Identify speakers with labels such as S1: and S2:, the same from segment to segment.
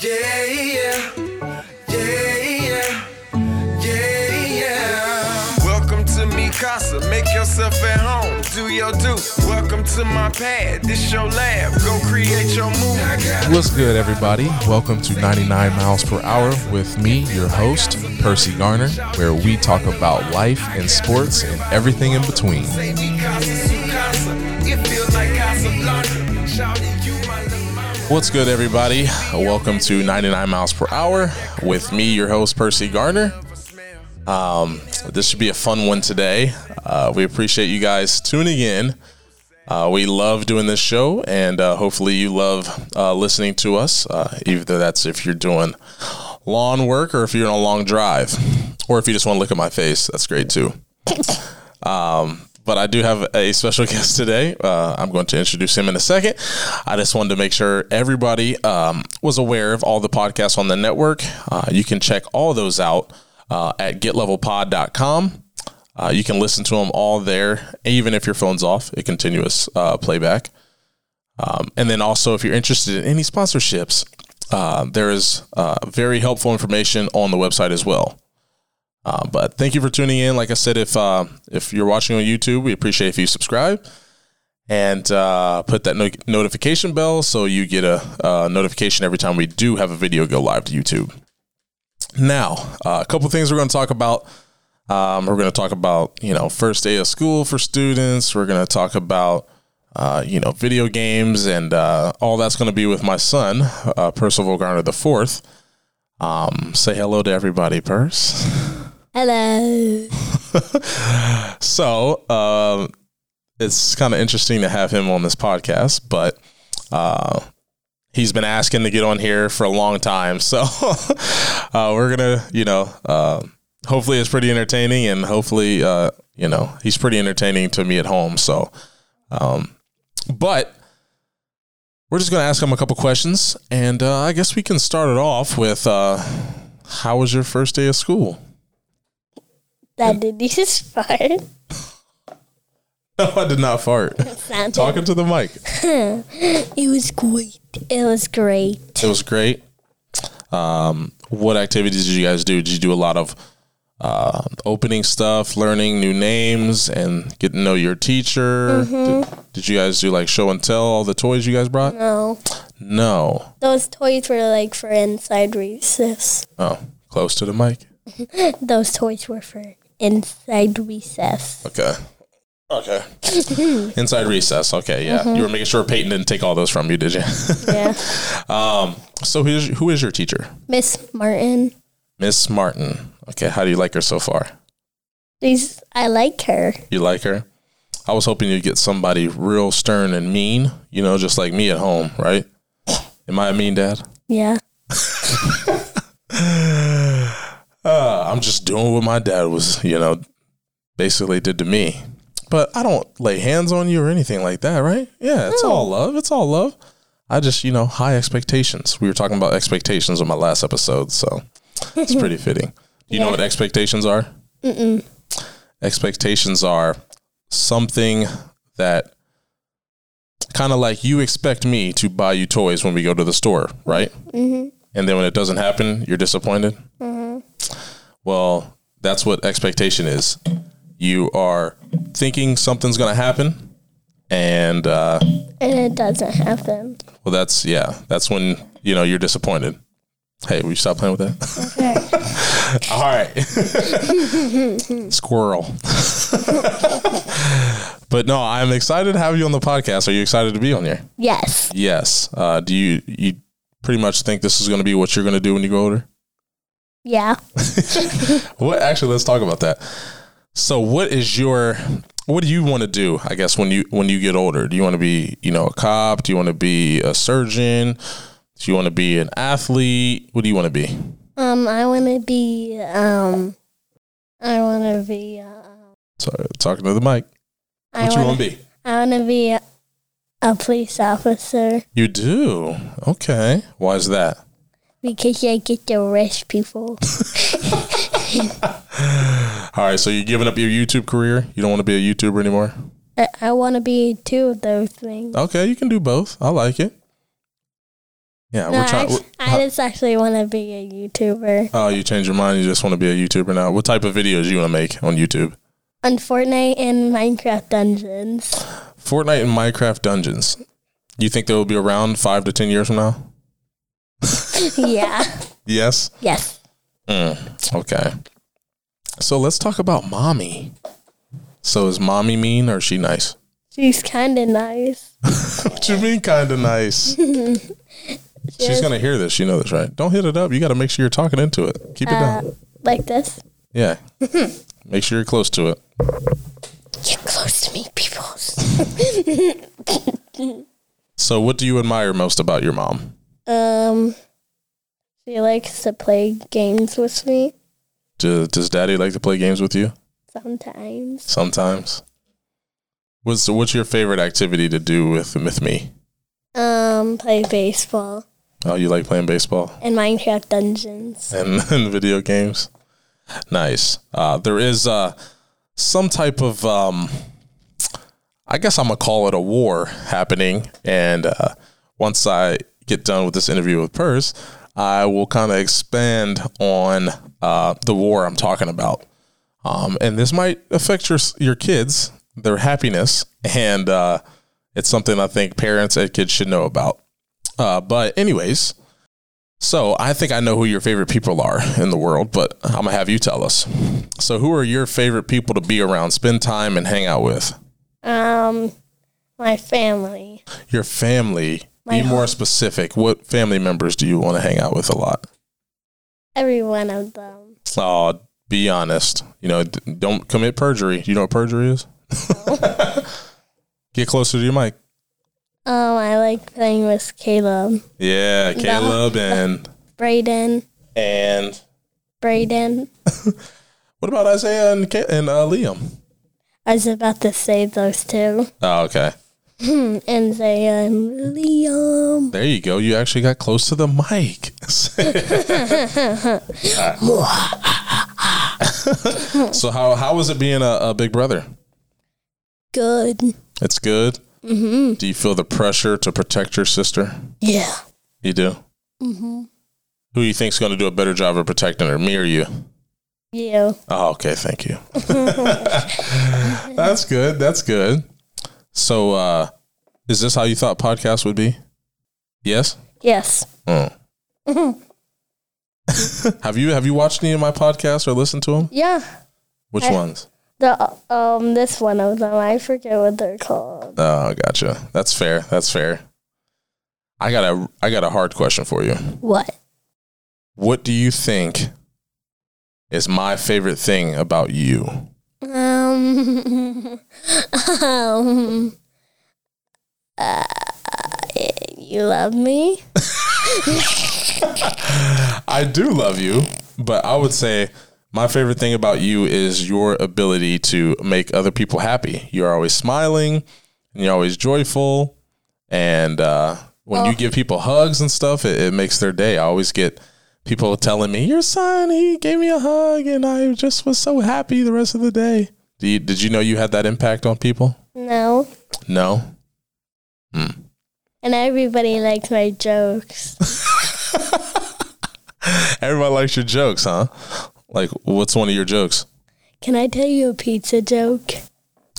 S1: Yeah, yeah, yeah, yeah, yeah, yeah. Welcome to Mikasa, make yourself at home, do your do. Welcome to my pad, this your lab, go create your move. I got
S2: What's good, everybody? Welcome to 99 Miles Per Hour with me, your host, Percy Garner, where we talk about life and sports and everything in between.
S1: say Mikasa, Sukasa, it feels like Casablanca. Shouting you my little mama.
S2: What's good, everybody? Welcome to 99 Miles Per Hour with me, your host, Percy Garner. Um, this should be a fun one today. Uh, we appreciate you guys tuning in. Uh, we love doing this show, and uh, hopefully, you love uh, listening to us, uh, either that's if you're doing lawn work or if you're on a long drive, or if you just want to look at my face. That's great too. but I do have a special guest today. Uh, I'm going to introduce him in a second. I just wanted to make sure everybody um, was aware of all the podcasts on the network. Uh, you can check all those out uh, at getlevelpod.com. Uh, you can listen to them all there, even if your phone's off, a continuous uh, playback. Um, and then also, if you're interested in any sponsorships, uh, there is uh, very helpful information on the website as well. Uh, but thank you for tuning in. Like I said, if uh, if you're watching on YouTube, we appreciate if you subscribe and uh, put that no- notification bell so you get a uh, notification every time we do have a video go live to YouTube. Now, uh, a couple things we're going to talk about. Um, we're going to talk about you know first day of school for students. We're going to talk about uh, you know video games and uh, all that's going to be with my son uh, Percival Garner the fourth. Um, say hello to everybody, Purse.
S3: Hello.
S2: So um, it's kind of interesting to have him on this podcast, but uh, he's been asking to get on here for a long time. So uh, we're gonna, you know, uh, hopefully it's pretty entertaining, and hopefully, uh, you know, he's pretty entertaining to me at home. So, um, but. We're just going to ask him a couple questions, and uh, I guess we can start it off with uh, how was your first day of school?
S3: That did this is fun.
S2: No, I did not fart.
S3: Sounded-
S2: Talking to the mic.
S3: It was great. It was great.
S2: It was great. Um, what activities did you guys do? Did you do a lot of uh, opening stuff, learning new names, and get to know your teacher? Did, did you guys do like show and tell all the toys you guys brought?
S3: No,
S2: No.
S3: Oh, those toys were like for inside recess.
S2: Oh, close to the mic.
S3: Those toys were for inside recess.
S2: Okay. Okay. Inside recess. Okay. Yeah. You were making sure Peyton didn't take all those from you, did you?
S3: Yeah.
S2: um, so who is, who is your teacher?
S3: Miss Martin,
S2: Miss Martin. Okay. How do you like her so far?
S3: she's I like her.
S2: You like her? I was hoping you'd get somebody real stern and mean, you know, just like me at home, right? Am I a mean dad?
S3: Yeah.
S2: Uh, I'm just doing what my dad was, you know, basically did to me. But I don't lay hands on you or anything like that, right? Yeah, it's all love. It's all love. I just, you know, high expectations. We were talking about expectations on my last episode, so it's pretty fitting. Do you know what expectations are? Mm-mm. Expectations are something that kind of like you expect me to buy you toys when we go to the store, right? Mm-hmm. And then when it doesn't happen, you're disappointed. Well, that's what expectation is. You are thinking something's going to happen, and uh,
S3: And it doesn't happen.
S2: well, that's yeah, that's when you know you're disappointed. Hey, will you stop playing with that?
S3: Okay.
S2: All right, squirrel. but no, I'm excited to have you on the podcast. Are you excited to be on here?
S3: yes.
S2: Yes. Uh, do you you pretty much think this is going to be what you're going to do when you grow older?
S3: Yeah.
S2: What actually let's talk about that. So what is your what do you want to do, I guess, when you when you get older? Do you want to be, you know, a cop? Do you want to be a surgeon? Do you want to be an athlete? What do you want to be?
S3: Um, I want to be. Um, I want to be. Uh,
S2: Sorry, talking to the mic.
S3: I
S2: What you
S3: wanna-
S2: want to be?
S3: I want to be a, a police officer
S2: You do. Okay. Why is that?
S3: because I get to arrest people.
S2: All right, so you're giving up your YouTube career? You don't want to be a YouTuber anymore?
S3: I, I want to be two of those things.
S2: Okay, you can do both. I like it. Yeah,
S3: No,
S2: Uh, we're trying.
S3: I, I just actually want to be a YouTuber
S2: Oh, you changed your mind. You just want to be a YouTuber now. What type of videos you want to make on YouTube?
S3: on Fortnite and Minecraft Dungeons.
S2: Fortnite and Minecraft Dungeons. You think they will be around five to ten years from now?
S3: yeah.
S2: Yes.
S3: Yes.
S2: Mm, okay. So let's talk about mommy. So is mommy mean or is she nice?
S3: She's kind of nice.
S2: What you mean, kind of nice? She's
S3: Yes.
S2: gonna hear this. You know this, right? Don't hit it up. You got to make sure you're talking into it. Keep it
S3: Uh,
S2: down.
S3: like this.
S2: Yeah. make sure you're close to it.
S3: Get close to me, people.
S2: So, what do you admire most about your mom?
S3: um, she likes to play games with me
S2: Do, does Daddy like to play games with you?
S3: sometimes.
S2: Sometimes. What's what's your favorite activity to do with with me?
S3: Um, play baseball
S2: Oh, you like playing baseball
S3: and Minecraft Dungeons.
S2: and, and video games. Nice. Uh, there is uh, some type of um, I guess I'm gonna call it a war happening, and uh, once I get done with this interview with Purse, I will kind of expand on uh, the war I'm talking about. um, and this might affect your your kids, their happiness, and uh, it's something I think parents and kids should know about. Uh, but anyways, so I think I know who your favorite people are in the world, but I'm gonna have you tell us. So, who are your favorite people to be around, spend time, and hang out with?
S3: Um, my family,
S2: Your family.
S3: My
S2: be more specific. What family members do you want to hang out with a lot?
S3: every one of them.
S2: Oh, be honest. You know, d- don't commit perjury. You know what perjury is? Get closer to your mic.
S3: Um, I like playing with Caleb,
S2: Yeah, Caleb and
S3: Brayden,
S2: and
S3: Brayden.
S2: what about Isaiah and Ca- and uh, Liam?
S3: I was about to say those two.
S2: Oh, okay.
S3: And Zaya and Liam.
S2: There you go. You actually got close to the mic. so how how was it being a, a big brother?
S3: Good.
S2: It's good. Mm-hmm. Do you feel the pressure to protect your sister?
S3: Yeah.
S2: You do. Mm-hmm. Who you think's going to do a better job of protecting her, me or you?
S3: You.
S2: Oh, okay. Thank you. That's good. That's good. So, uh, is this how you thought podcast would be? Yes.
S3: Yes.
S2: Mm. have you have you watched any of my podcasts or listened to them?
S3: Yeah.
S2: Which
S3: I-
S2: ones?
S3: The um this one of them. I forget what they're called.
S2: Oh, gotcha. That's fair. That's fair. I got a I got a hard question for you.
S3: What?
S2: What do you think is my favorite thing about you?
S3: Um, um uh, you love me?
S2: I do love you, but I would say my favorite thing about you is your ability to make other people happy. You're always smiling and you're always joyful. And uh, when you give people hugs and stuff, it, it makes their day. I always get people telling me, Your son, he gave me a hug and I just was so happy the rest of the day. Do you, did you know you had that impact on people?
S3: No.
S2: No.
S3: And everybody likes my jokes.
S2: Everybody likes your jokes, huh? Like, what's one of your jokes?
S3: Can I tell you a pizza joke?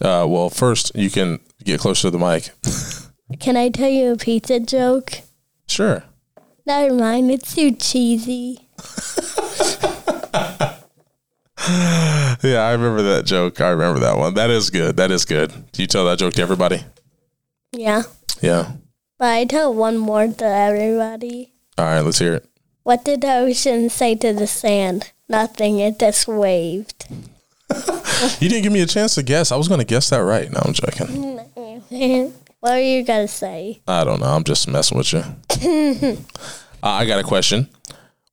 S2: Uh, well, first, you can get closer to the mic.
S3: Can I tell you a pizza joke?
S2: Sure.
S3: Never mind, it's too cheesy.
S2: Yeah, I remember that joke. I remember that one. That is good. That is good. Do you tell that joke to everybody?
S3: Yeah.
S2: Yeah.
S3: But I tell one more to everybody.
S2: All right, let's hear it.
S3: What did the ocean say to the sand? Nothing, it just waved.
S2: You didn't give me a chance to guess. I was going to guess that right. No, I'm joking.
S3: what are you gonna say?
S2: I don't know. I'm just messing with you. uh, I got a question.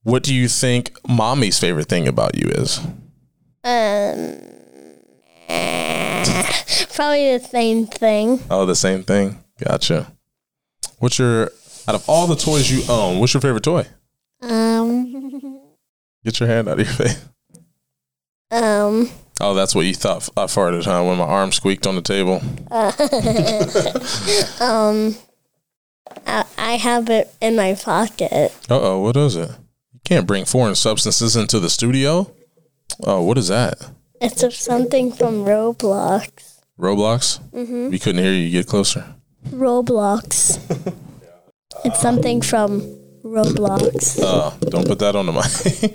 S2: What do you think mommy's favorite thing about you is?
S3: Um probably the same thing.
S2: Oh, the same thing. Gotcha. What's your, out of all the toys you own, what's your favorite toy?
S3: Um
S2: Get your hand out of your face.
S3: um
S2: Oh, that's what you thought I farted, huh? When my arm squeaked on the table.
S3: um I, I have it in my pocket.
S2: Uh oh, what is it? You can't bring foreign substances into the studio. Oh, what is that?
S3: It's of something from Roblox.
S2: Roblox? Mm-hmm. We couldn't hear you. Get closer.
S3: Roblox. it's something from Roblox.
S2: Uh, don't put that on the mic.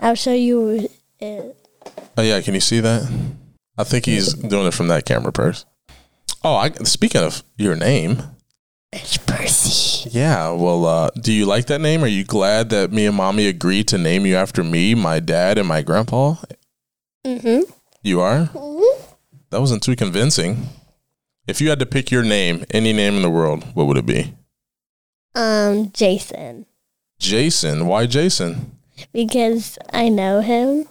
S3: I'll show you uh, it.
S2: oh yeah, can you see that? I think he's doing it from that camera purse. Oh, I, speaking of your name,
S3: It's Percy.
S2: yeah. Well, uh, do you like that name? Are you glad that me and mommy agreed to name you after me, my dad, and my grandpa?
S3: Mm-hmm.
S2: You are? That wasn't too convincing. If you had to pick your name, any name in the world, what would it be?
S3: Um, Jason.
S2: Jason. Why Jason?
S3: Because I know him.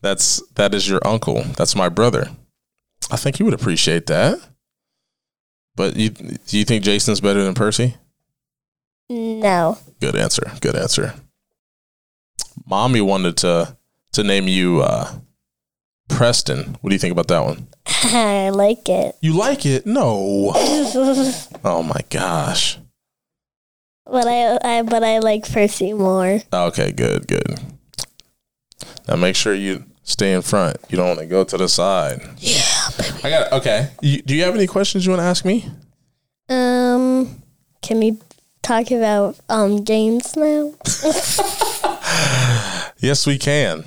S2: That's that is your uncle. That's my brother. I think you would appreciate that. But you do you think Jason's better than Percy?
S3: No.
S2: Good answer. Good answer. Mommy wanted to to name you uh Preston. What do you think about that one?
S3: I like it.
S2: You like it? No. Oh my gosh.
S3: but I, I but I like Percy more.
S2: Okay, good, good. Now make sure you stay in front. You don't want to go to the side. Yeah, I got okay. You, do you have any questions you want to ask me?
S3: Um can we talk about um games now?
S2: Yes, we can.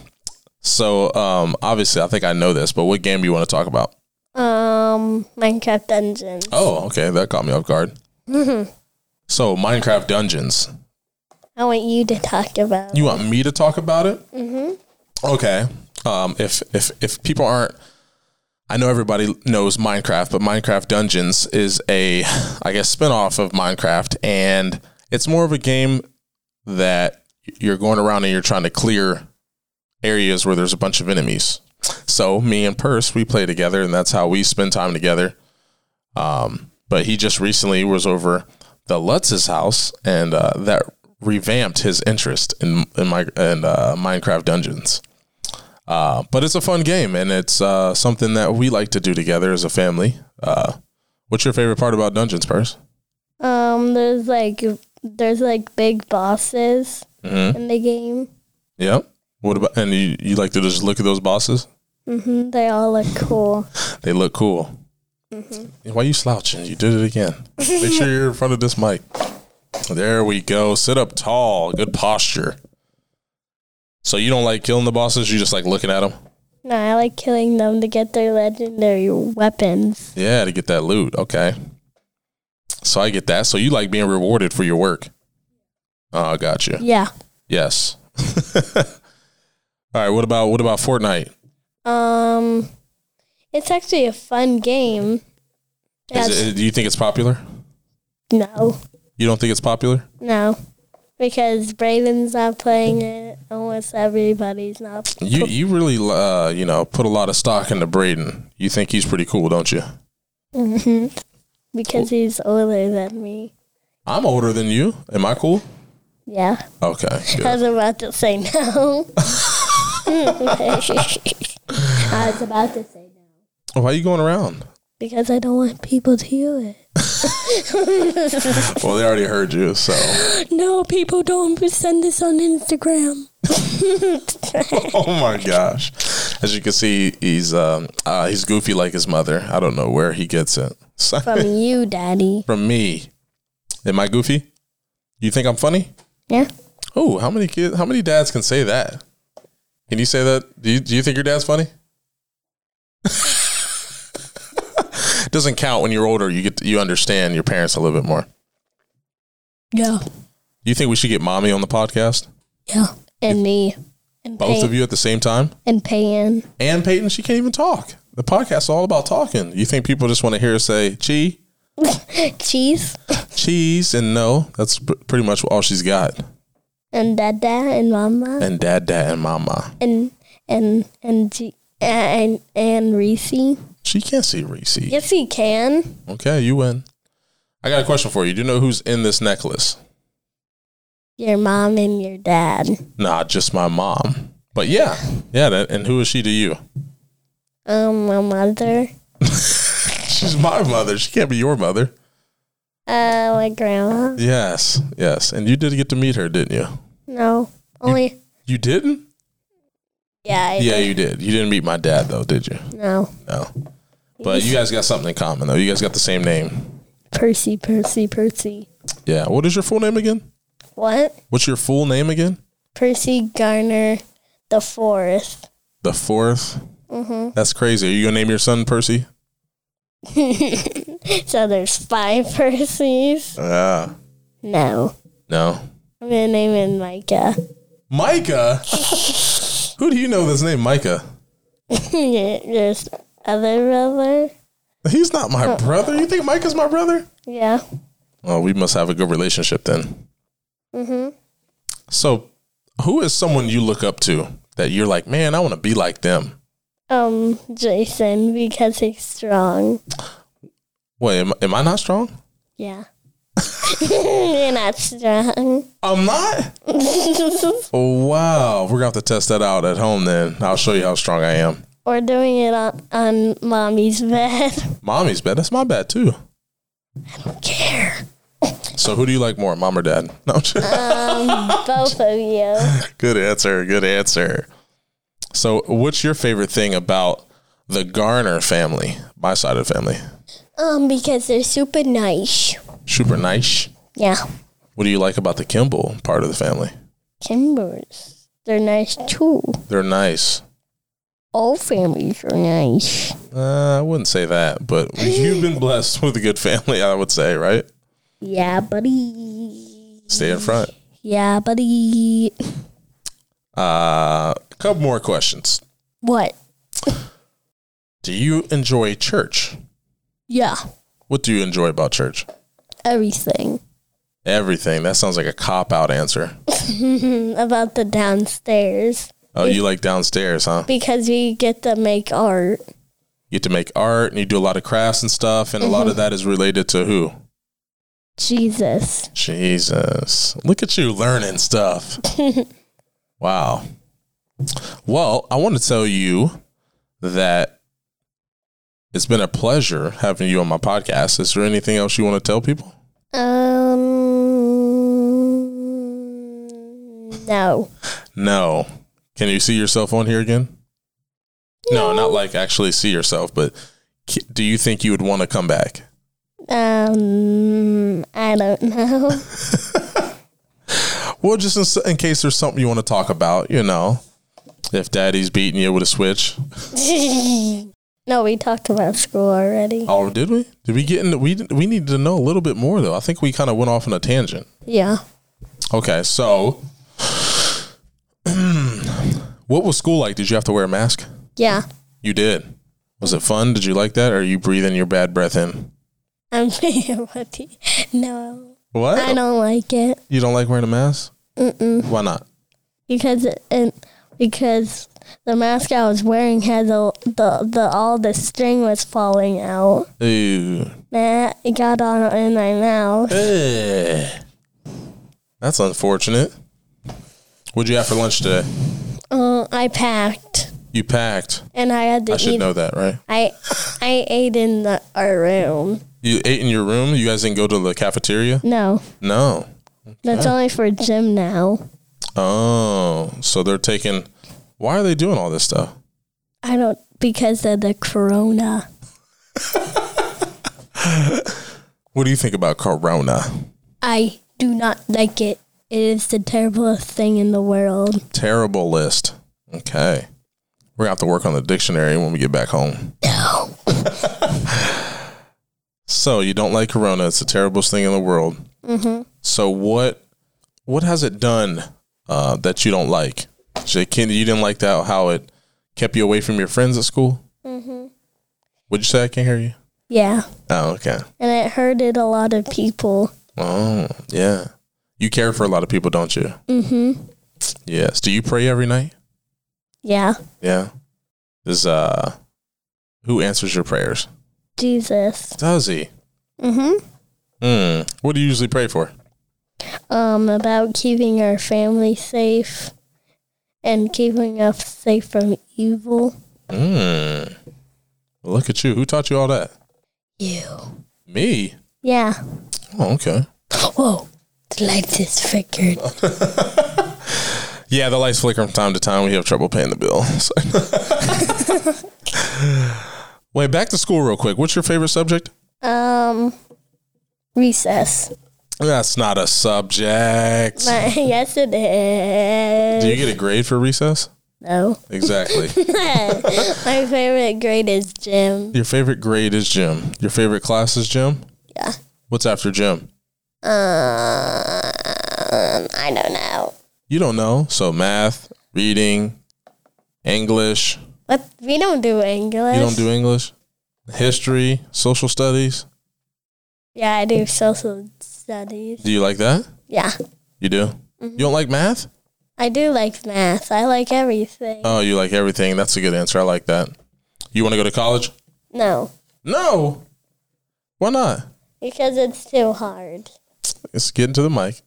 S2: So, um, obviously, I think I know this, but what game do you want to talk about?
S3: Um Minecraft Dungeon.
S2: Oh, okay, that caught me off guard. so, Minecraft Dungeons.
S3: I want you to talk about.
S2: You want me to talk about it? Mm-hmm. Okay. Um, if if if people aren't, I know everybody knows Minecraft, but Minecraft Dungeons is a, I guess, spinoff of Minecraft, and it's more of a game that you're going around and you're trying to clear areas where there's a bunch of enemies. So me and Purse, we play together, and that's how we spend time together. Um, but he just recently was over the Lutz's house, and uh, that revamped his interest in in my in uh, Minecraft Dungeons. Uh, but it's a fun game, and it's uh, something that we like to do together as a family. Uh, what's your favorite part about Dungeons, Purse?
S3: Um there's like there's like big bosses
S2: Mm-hmm.
S3: in the game.
S2: Yeah. What about and you, you like to just look at those bosses?
S3: Mhm, They all look cool.
S2: They look cool. Mm-hmm. Why you slouching? You did it again. Make sure you're in front of this mic. There we go. Sit up tall. Good posture. So you don't like killing the bosses? You just like looking at them?
S3: No, I like killing them to get their legendary weapons.
S2: Yeah, to get that loot. Okay. So I get that. So you like being rewarded for your work? Oh, gotcha.
S3: Yeah.
S2: Yes. All right. What about what about Fortnite?
S3: Um, it's actually a fun game.
S2: Is
S3: Yes.
S2: it, do you think it's popular?
S3: no,
S2: You don't think it's popular?
S3: no, because Braden's not playing it. Almost everybody's not.
S2: You you really uh you know put a lot of stock into Braden. You think he's pretty cool, don't you?
S3: Mhm. because he's older than me.
S2: I'm older than you. Am I cool?
S3: Yeah,
S2: Okay.
S3: I
S2: Good.
S3: was about to say no. I was about to say no
S2: Why are you going around?
S3: because I don't want people to hear it.
S2: Well, they already heard you, so
S3: no, people don't send this on Instagram.
S2: oh my gosh. As you can see, he's um uh he's goofy like his mother. I don't know where he gets it. So-
S3: From you, Daddy.
S2: from me. Am I goofy? You think I'm funny?
S3: Yeah.
S2: Oh, how many kids how many dads can say that? Can you say that? Do you do you think your dad's funny? Doesn't count when you're older. You get you understand your parents a little bit more.
S3: Yeah.
S2: You think we should get mommy on the podcast?
S3: Yeah. And me. And
S2: Both of you at the same time?
S3: And Pan.
S2: And Peyton, she can't even talk. The podcast is all about talking. You think people just want to hear us say chee,
S3: Cheese.
S2: cheese, and no? That's pr- pretty much all she's got.
S3: And Dada and Mama.
S2: And dad, dad, and mama.
S3: And and and G- and and Reese.
S2: She can't see Reese.
S3: Yes, he can.
S2: Okay, you win. I got a question for you. Do you know who's in this necklace?
S3: Your mom and your dad.
S2: Nah, just my mom. But yeah, yeah. That, and who is she to you?
S3: Um, my mother.
S2: She's my mother. She can't be your mother.
S3: Uh, like grandma.
S2: Yes, yes. And you did get to meet her, didn't you?
S3: No, only
S2: You didn't?
S3: yeah. I
S2: Yeah,
S3: did.
S2: you did. You didn't meet my dad though, did you?
S3: No,
S2: No. But you guys got something in common though. You guys got the same name.
S3: Percy, Percy, Percy.
S2: Yeah. What is your full name again?
S3: What?
S2: What's your full name again?
S3: Percy Garner the fourth.
S2: The 4th Mm-hmm. That's crazy. Are you gonna name your son Percy?
S3: So there's five Percys.
S2: Ah.
S3: No,
S2: no.
S3: I'm gonna name him uh, Micah.
S2: Micah. Who do you know that's named Micah?
S3: there's other brother.
S2: He's not
S3: Uh,
S2: my brother. You think Micah's my brother?
S3: Yeah.
S2: Oh, we must have a good relationship then. Mm-hmm. So, who is someone you look up to that you're like, man, I want to be like them?
S3: Um, Jason because he's strong.
S2: Wait, am, am I not strong?
S3: Yeah. You're not strong.
S2: I'm not. oh, wow, we're gonna have to test that out at home. Then I'll show you how strong I am.
S3: Or doing it on, on mommy's bed.
S2: Mommy's bad. That's my bad too.
S3: Care.
S2: So, who do you like more, mom or dad? No, I'm just-
S3: Both of you.
S2: good answer. Good answer. So, what's your favorite thing about the Garner family, my side of the family?
S3: Um, because they're super nice.
S2: Super nice.
S3: Yeah.
S2: What do you like about the Kimball part of the family?
S3: Timbers. They're nice too.
S2: They're nice.
S3: All families are nice.
S2: Uh, I wouldn't say that, but you've been blessed with a good family, I would say, right?
S3: Yeah, buddy.
S2: Stay in front.
S3: Yeah, buddy.
S2: Uh, a couple more questions.
S3: What?
S2: Do you enjoy church?
S3: Yeah.
S2: What do you enjoy about church?
S3: Everything.
S2: Everything. That sounds like a cop out answer.
S3: Mm, About the downstairs.
S2: Oh, you like downstairs, huh?
S3: Because we get to make art.
S2: You get to make art and you do a lot of crafts and stuff, and a lot of that is related to who?
S3: Jesus.
S2: Jesus. Look at you learning stuff. wow. Well, I want to tell you that it's been a pleasure having you on my podcast. Is there anything else you want to tell people?
S3: Um. No.
S2: No. Can you see yourself on here again? No, not like actually see yourself, but c- do you think you would want to come back?
S3: Um. I don't know.
S2: Well, just in, s- in case there's something you want to talk about, you know, if daddy's beating you with a switch.
S3: no, we talked about school already.
S2: Oh, did we? Did we get into? We did- we needed to know a little bit more though. I think we kind of went off on a tangent.
S3: Yeah.
S2: Okay, so what was school like? Did you have to wear a mask?
S3: Yeah.
S2: You did. Was it fun? Did you like that? Or are you breathing your bad breath in?
S3: I'm being funny. No,
S2: What?
S3: I don't like it
S2: You don't like wearing a mask? Mm-mm. Why not?
S3: because it, and because the mask I was wearing had the, the the all the string was falling out.
S2: Ooh.
S3: That it got on in my
S2: Uh.
S3: mouth.
S2: Eh. That's unfortunate. What'd you have for lunch today?
S3: Uh, I packed
S2: You packed.
S3: and I had to
S2: I should
S3: eat.
S2: know that, right?
S3: I I ate in the our room.
S2: You ate in your room. You guys didn't go to the cafeteria?
S3: No,
S2: No.
S3: that's only for gym now.
S2: Oh, so they're taking. Why are they doing all this stuff?
S3: I don't because of the corona.
S2: What do you think about Corona?
S3: I do not like it. It is the terriblest thing in the world.
S2: Terrible list. Okay. We're going to have to work on the dictionary when we get back home.
S3: No.
S2: So, you don't like Corona. It's the terriblest thing in the world. Mm-hmm. So, what what has it done uh, that you don't like? So, Can, you didn't like that, how it kept you away from your friends at school? Mm-hmm. What'd you say? I can't hear you.
S3: Yeah.
S2: Oh, okay.
S3: and it hurted a lot of people.
S2: Oh, yeah. You care for a lot of people, don't you? Mm-hmm. Yes. Do you pray every night?
S3: Yeah,
S2: Yeah. Does uh who answers your prayers?
S3: Jesus.
S2: Does he?
S3: Mm-hmm.
S2: Mm. What do you usually pray for?
S3: Um, about keeping our family safe and keeping us safe from evil.
S2: Mm. Look at you. Who taught you all that?
S3: You.
S2: Me.
S3: Yeah.
S2: Oh, okay.
S3: Whoa, the lights is flickered.
S2: Yeah, the lights flicker from time to time. We have trouble paying the bill. So. Wait, back to school real quick. What's your favorite subject?
S3: Um, recess.
S2: That's not a subject.
S3: But yes, it
S2: Do
S3: is.
S2: you get a grade for recess?
S3: No.
S2: Exactly.
S3: My favorite grade is gym.
S2: your favorite grade is gym. Your favorite class is gym?
S3: Yeah.
S2: What's after gym?
S3: Um, I don't know.
S2: You don't know. So math, reading, English.
S3: But we don't do English.
S2: You don't do English? History, social studies.
S3: Yeah, I do social studies.
S2: Do you like that?
S3: Yeah.
S2: You do? You don't like math?
S3: I do like math. I like everything.
S2: Oh, you like everything. That's a good answer. I like that. You want to go to college?
S3: No,
S2: No. Why not?
S3: because it's too hard.
S2: Let's get into the mic.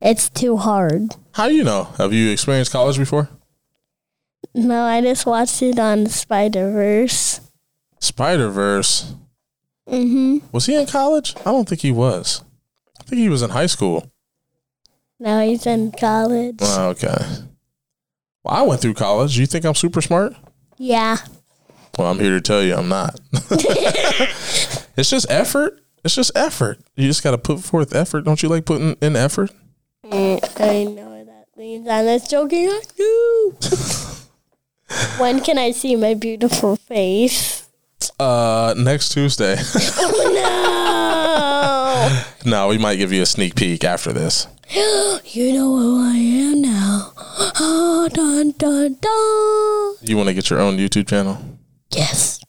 S3: It's too hard.
S2: How do you know? Have you experienced college before?
S3: No, I just watched it on Spider Verse.
S2: Spider Verse.
S3: Mm-hmm.
S2: Was he in college? I don't think he was. I think he was in high school.
S3: Now he's in college.
S2: Oh, okay. Well, I went through college. You think I'm super smart?
S3: Yeah.
S2: Well, I'm here to tell you I'm not. it's just effort. It's just effort. You just got to put forth effort. Don't you like putting in effort?
S3: Mm, I know what that means. I'm just joking. I do. when can I see my beautiful face?
S2: Uh, next Tuesday.
S3: Oh,
S2: no, we might give you a sneak peek after this.
S3: you know who I am now. Oh, dun, dun, dun.
S2: You want to get your own YouTube channel?
S3: Yes.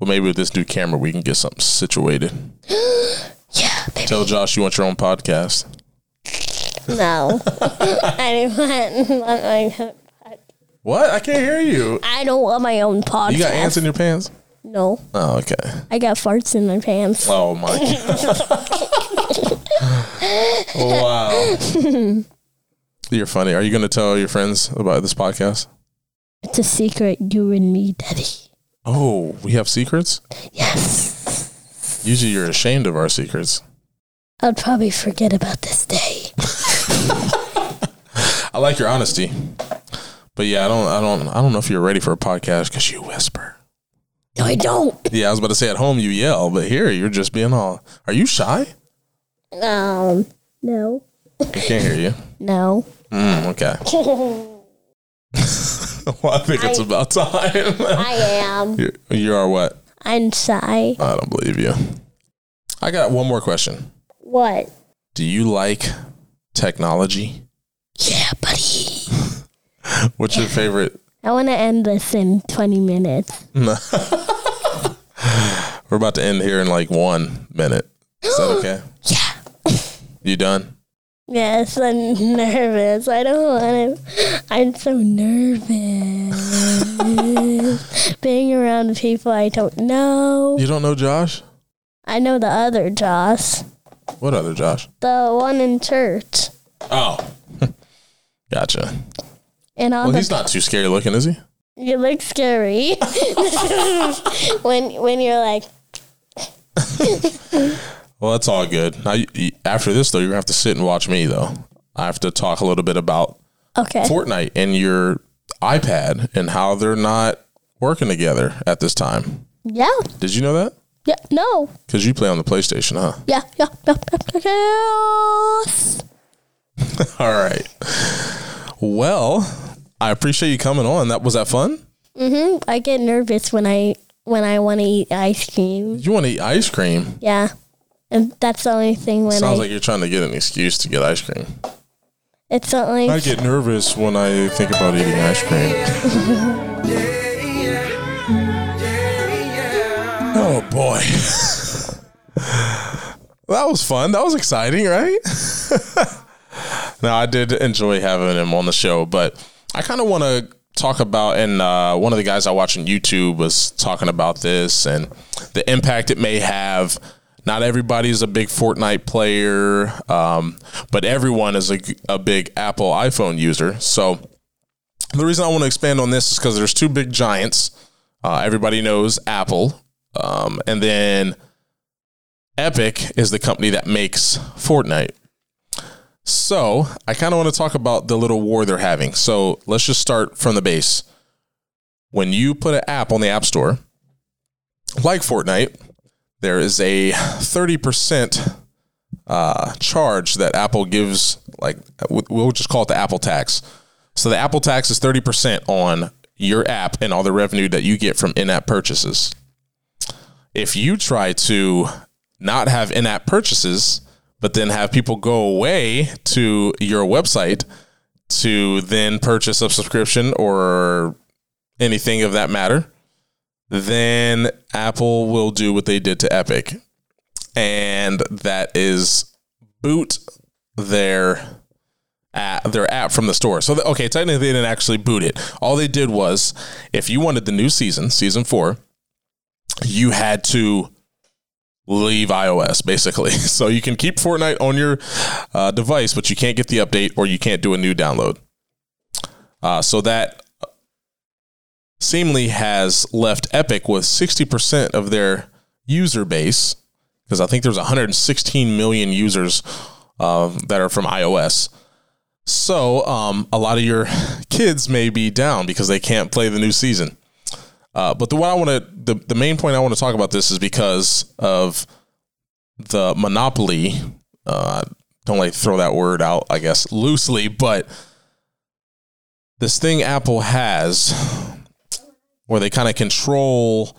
S2: Well, maybe with this new camera, we can get something situated.
S3: Yeah, baby.
S2: Tell Josh you want your own podcast.
S3: No. I don't want my own podcast.
S2: What? I can't hear you.
S3: I don't want my own podcast.
S2: You got ants in your pants?
S3: No.
S2: Oh, okay.
S3: I got farts in my pants.
S2: Oh my. wow. You're funny. Are you going to tell your friends about this podcast?
S3: It's a secret, you and me, Daddy.
S2: Oh, we have secrets.
S3: Yes.
S2: Usually, you're ashamed of our secrets.
S3: I'll probably forget about this day.
S2: I like your honesty, but yeah, I don't, I don't, I don't know if you're ready for a podcast because you whisper.
S3: No, I don't.
S2: Yeah, I was about to say at home you yell, but here you're just being all. Are you shy?
S3: Um, no.
S2: I can't hear you.
S3: No.
S2: Mm, okay. well, I think it's about time.
S3: I am.
S2: you you are what?
S3: I'm shy.
S2: I don't believe you. I got one more question.
S3: What?
S2: Do you like technology?
S3: Yeah, buddy.
S2: What's your favorite?
S3: I want to end this in 20 minutes.
S2: We're about to end here in like one minute. Is that okay?
S3: Yeah.
S2: You done?
S3: Yes, I'm nervous. I don't want to. I'm so nervous. Being around people I don't know.
S2: You don't know Josh?
S3: I know the other Joss,
S2: What other Josh?
S3: the one in church,
S2: Oh. gotcha.
S3: and all
S2: Well,
S3: the
S2: he's not too scary looking, is he?
S3: You look scary when when you're like,
S2: Well, that's all good. Now, you, you- after this, though, you're going to have to sit and watch me, though. I have to talk a little bit about
S3: okay,
S2: Fortnite and your iPad and how they're not working together at this time.
S3: yeah,
S2: Did you know that?
S3: yeah, no,
S2: Because you play on the PlayStation, huh?
S3: yeah, yeah, yeah, yeah, yeah, yes.
S2: All right. Well, I appreciate you coming on. That was that fun?
S3: Mhm. I get nervous when I when I want to eat ice cream.
S2: You want to eat ice cream?
S3: Yeah, and that's the only thing when I.
S2: Sounds like you're trying to get an excuse to get ice cream.
S3: it's the only.
S2: I get nervous when I think about eating ice cream. Oh boy. that was fun. That was exciting, right? no, I did enjoy having him on the show, but I kind of want to talk about and uh, one of the guys I watch on YouTube was talking about this and the impact it may have. Not everybody is a big Fortnite player, um, but everyone is a, a big Apple iPhone user. So the reason I want to expand on this is because there's two big giants. Uh, everybody knows Apple, um, and then Epic is the company that makes Fortnite. So I kind of want to talk about the little war they're having. So let's just start from the base. When you put an app on the App Store, like Fortnite, there is a 30% uh, charge that Apple gives, like, we- we'll just call it the Apple tax. So the Apple tax is 30% on your app and all the revenue that you get from in app purchases. If you try to not have in app purchases, but then have people go away to your website to then purchase a subscription or anything of that matter, then Apple will do what they did to Epic. And that is boot their app, their app from the store. So, th- okay, technically they didn't actually boot it. All they did was if you wanted the new season, season four, you had to leave iOS basically. So you can keep Fortnite on your uh, device, but you can't get the update or you can't do a new download. Uh, so that seemingly has left Epic with 60% of their user base, because I think there's 116 million users um, that are from iOS. So um, a lot of your kids may be down because they can't play the new season. Uh, but the one I want to, the, the main point I want to talk about this is because of the monopoly. Uh, don't like throw that word out, I guess, loosely, but this thing Apple has where they kind of control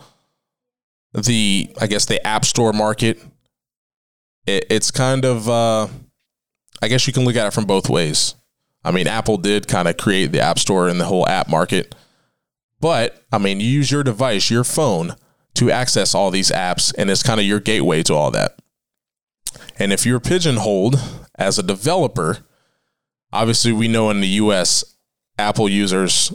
S2: the i guess the app store market it, it's kind of uh i guess you can look at it from both ways i mean apple did kind of create the app store and the whole app market but i mean you use your device your phone to access all these apps and it's kind of your gateway to all that and if you're pigeonholed as a developer obviously we know in the us apple users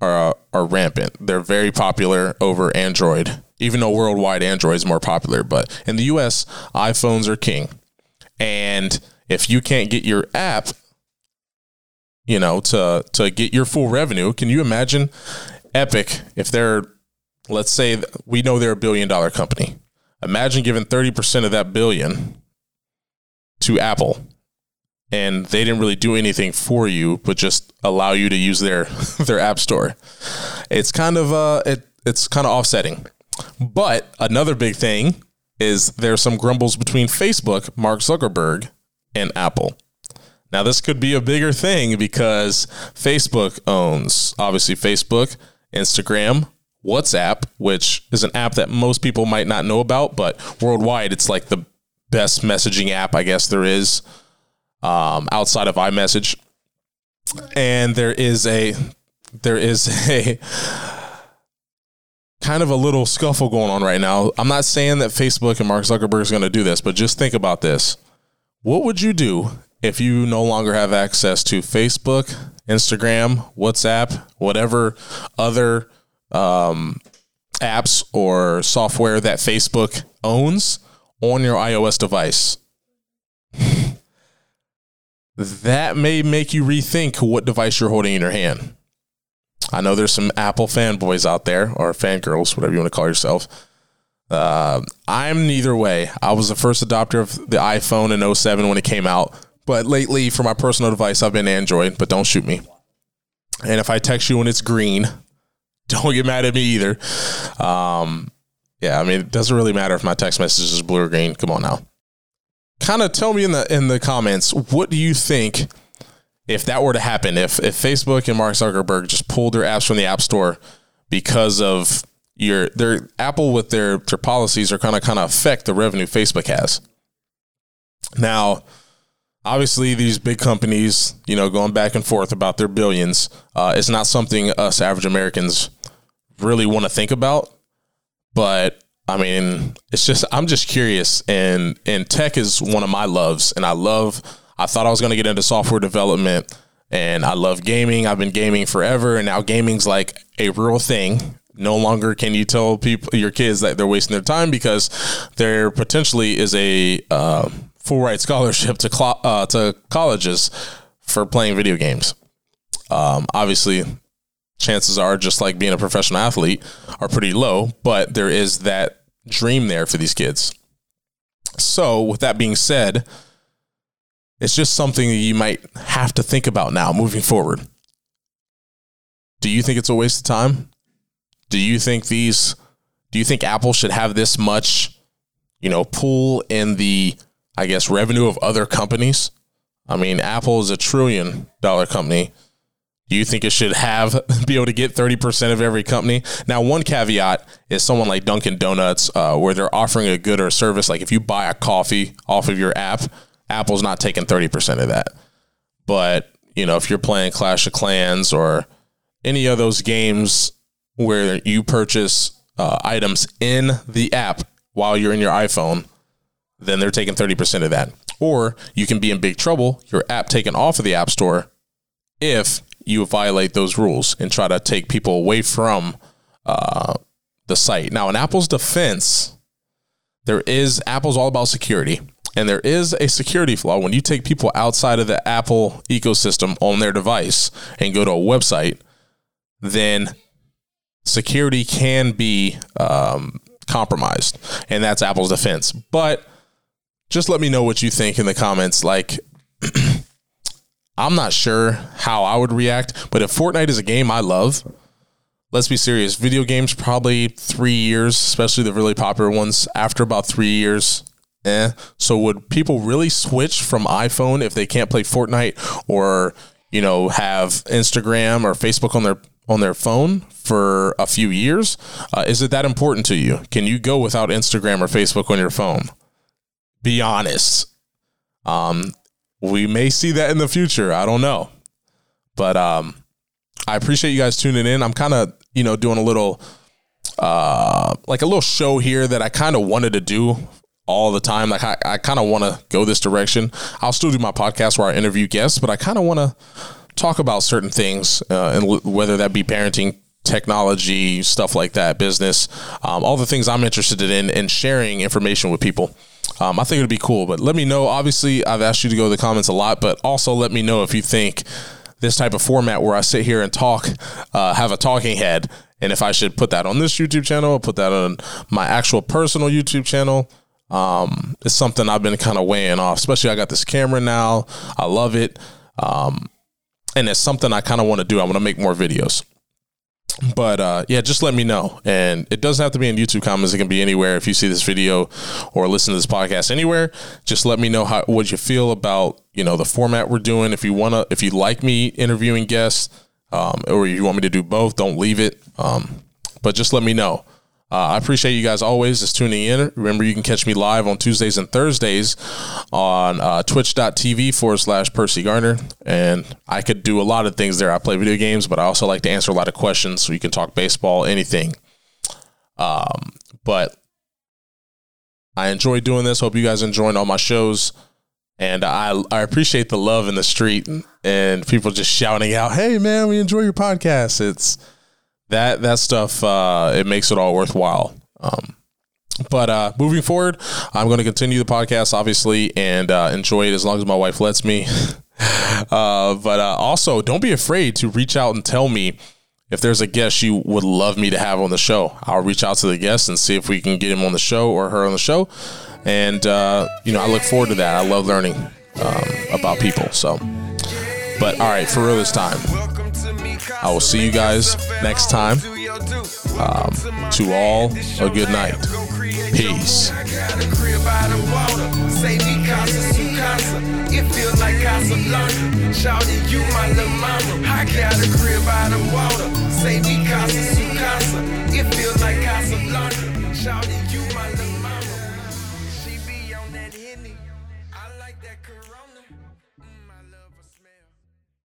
S2: are are rampant. They're very popular over Android, even though worldwide Android is more popular. But in the U.S., iPhones are king. And if you can't get your app, you know, to to get your full revenue, can you imagine Epic if they're, let's say, th- we know they're a billion dollar company. Imagine giving thirty percent of that billion to Apple and they didn't really do anything for you, but just allow you to use their their app store. It's kind of uh, it it's kind of offsetting. But another big thing is there's some grumbles between Facebook, Mark Zuckerberg, and Apple. Now this could be a bigger thing because Facebook owns obviously Facebook, Instagram, WhatsApp, which is an app that most people might not know about, but worldwide it's like the best messaging app I guess there is um, outside of iMessage, and there is a there is a kind of a little scuffle going on right now. I'm not saying that Facebook and Mark Zuckerberg is going to do this, but just think about this. What would you do if you no longer have access to Facebook, Instagram, WhatsApp, whatever other um, apps or software that Facebook owns on your iOS device? that may make you rethink what device you're holding in your hand. I know there's some Apple fanboys out there or fangirls, whatever you want to call yourself. Uh, I'm neither way. I was the first adopter of the iPhone in 07 when it came out. But lately, for my personal device, I've been Android, but don't shoot me. And if I text you when it's green, don't get mad at me either. Um, yeah, I mean, it doesn't really matter if my text message is blue or green. Come on now kind of tell me in the in the comments what do you think if that were to happen if if Facebook and Mark Zuckerberg just pulled their apps from the App Store because of your their Apple with their their policies are kind of kind of affect the revenue Facebook has. Now, obviously, these big companies, you know, going back and forth about their billions, uh, it's not something us average Americans really want to think about but I mean, it's just I'm just curious, and and tech is one of my loves, and I love. I thought I was going to get into software development, and I love gaming. I've been gaming forever, and now gaming's like a real thing. No longer can you tell people your kids that they're wasting their time because there potentially is a uh, full ride scholarship to clo- uh, to colleges for playing video games. Um, obviously, chances are just like being a professional athlete are pretty low but there is that dream there for these kids So, with that being said, it's just something that you might have to think about now moving forward. Do you think it's a waste of time? Do you think these do you think Apple should have this much, you know, pool in the I guess revenue of other companies? I mean, Apple is a trillion dollar company. Do you think it should have be able to get 30% of every company? Now, one caveat is someone like Dunkin' Donuts, uh, where they're offering a good or service. Like if you buy a coffee off of your app, Apple's not taking 30% of that. But, you know, if you're playing Clash of Clans or any of those games where you purchase uh, items in the app while you're in your iPhone, then they're taking 30% of that. Or you can be in big trouble, your app taken off of the App Store if you violate those rules and try to take people away from uh, the site. Now, in Apple's defense, there is Apple's all about security, and there is a security flaw when you take people outside of the Apple ecosystem on their device and go to a website, then security can be um, compromised, and that's Apple's defense. But just let me know what you think in the comments. Like, I'm not sure how I would react, but if Fortnite is a game I love, let's be serious. Video games probably three years, especially the really popular ones. After about three years, eh. So would people really switch from iPhone if they can't play Fortnite or you know have Instagram or Facebook on their on their phone for a few years? Uh, is it that important to you? Can you go without Instagram or Facebook on your phone? Be honest. Um, we may see that in the future. I don't know. But um, I appreciate you guys tuning in. I'm kind of, you know, doing a little, uh, like a little show here that I kind of wanted to do all the time. Like I, I kind of want to go this direction. I'll still do my podcast where I interview guests, but I kind of want to talk about certain things, uh, and l- whether that be parenting, technology, stuff like that, business, um, all the things I'm interested in, and sharing information with people. Um, I think it'd be cool, but let me know. Obviously, I've asked you to go to the comments a lot, but also let me know if you think this type of format where I sit here and talk, uh, have a talking head, and if I should put that on this YouTube channel, or put that on my actual personal YouTube channel. Um, it's something I've been kind of weighing off, especially I got this camera now. I love it. Um, and it's something I kind of want to do. I want to make more videos. But uh, yeah, just let me know. And it doesn't have to be in YouTube comments. It can be anywhere. If you see this video or listen to this podcast anywhere, just let me know how what you feel about you know the format we're doing. If you wanna, if you like me interviewing guests, um, or you want me to do both, don't leave it. Um, but just let me know. Uh, I appreciate you guys always just tuning in. Remember, you can catch me live on Tuesdays and Thursdays on uh, twitch.tv forward slash Percy Garner. And I could do a lot of things there. I play video games, but I also like to answer a lot of questions. So you can talk baseball, anything. Um, but I enjoy doing this. Hope you guys enjoying all my shows. And I, I appreciate the love in the street and people just shouting out, hey, man, we enjoy your podcast. It's that that stuff uh, it makes it all worthwhile. Um, but uh, moving forward, I'm going to continue the podcast, obviously, and uh, enjoy it as long as my wife lets me. uh, but uh, also, don't be afraid to reach out and tell me if there's a guest you would love me to have on the show. I'll reach out to the guest and see if we can get him on the show or her on the show. And uh, you know, I look forward to that. I love learning um, about people. So, but all right, for real this time.
S1: I will see you guys next time.
S2: Um, to all, a good night. Peace.
S1: I got a crib by the water. Say me casa, su casa. It feel like Casablanca. Shouting you my little mama. I got a crib by the water. Say me casa, su casa. It feel like Casablanca. Shouting you my little mama. She be on that henny. I like that corona.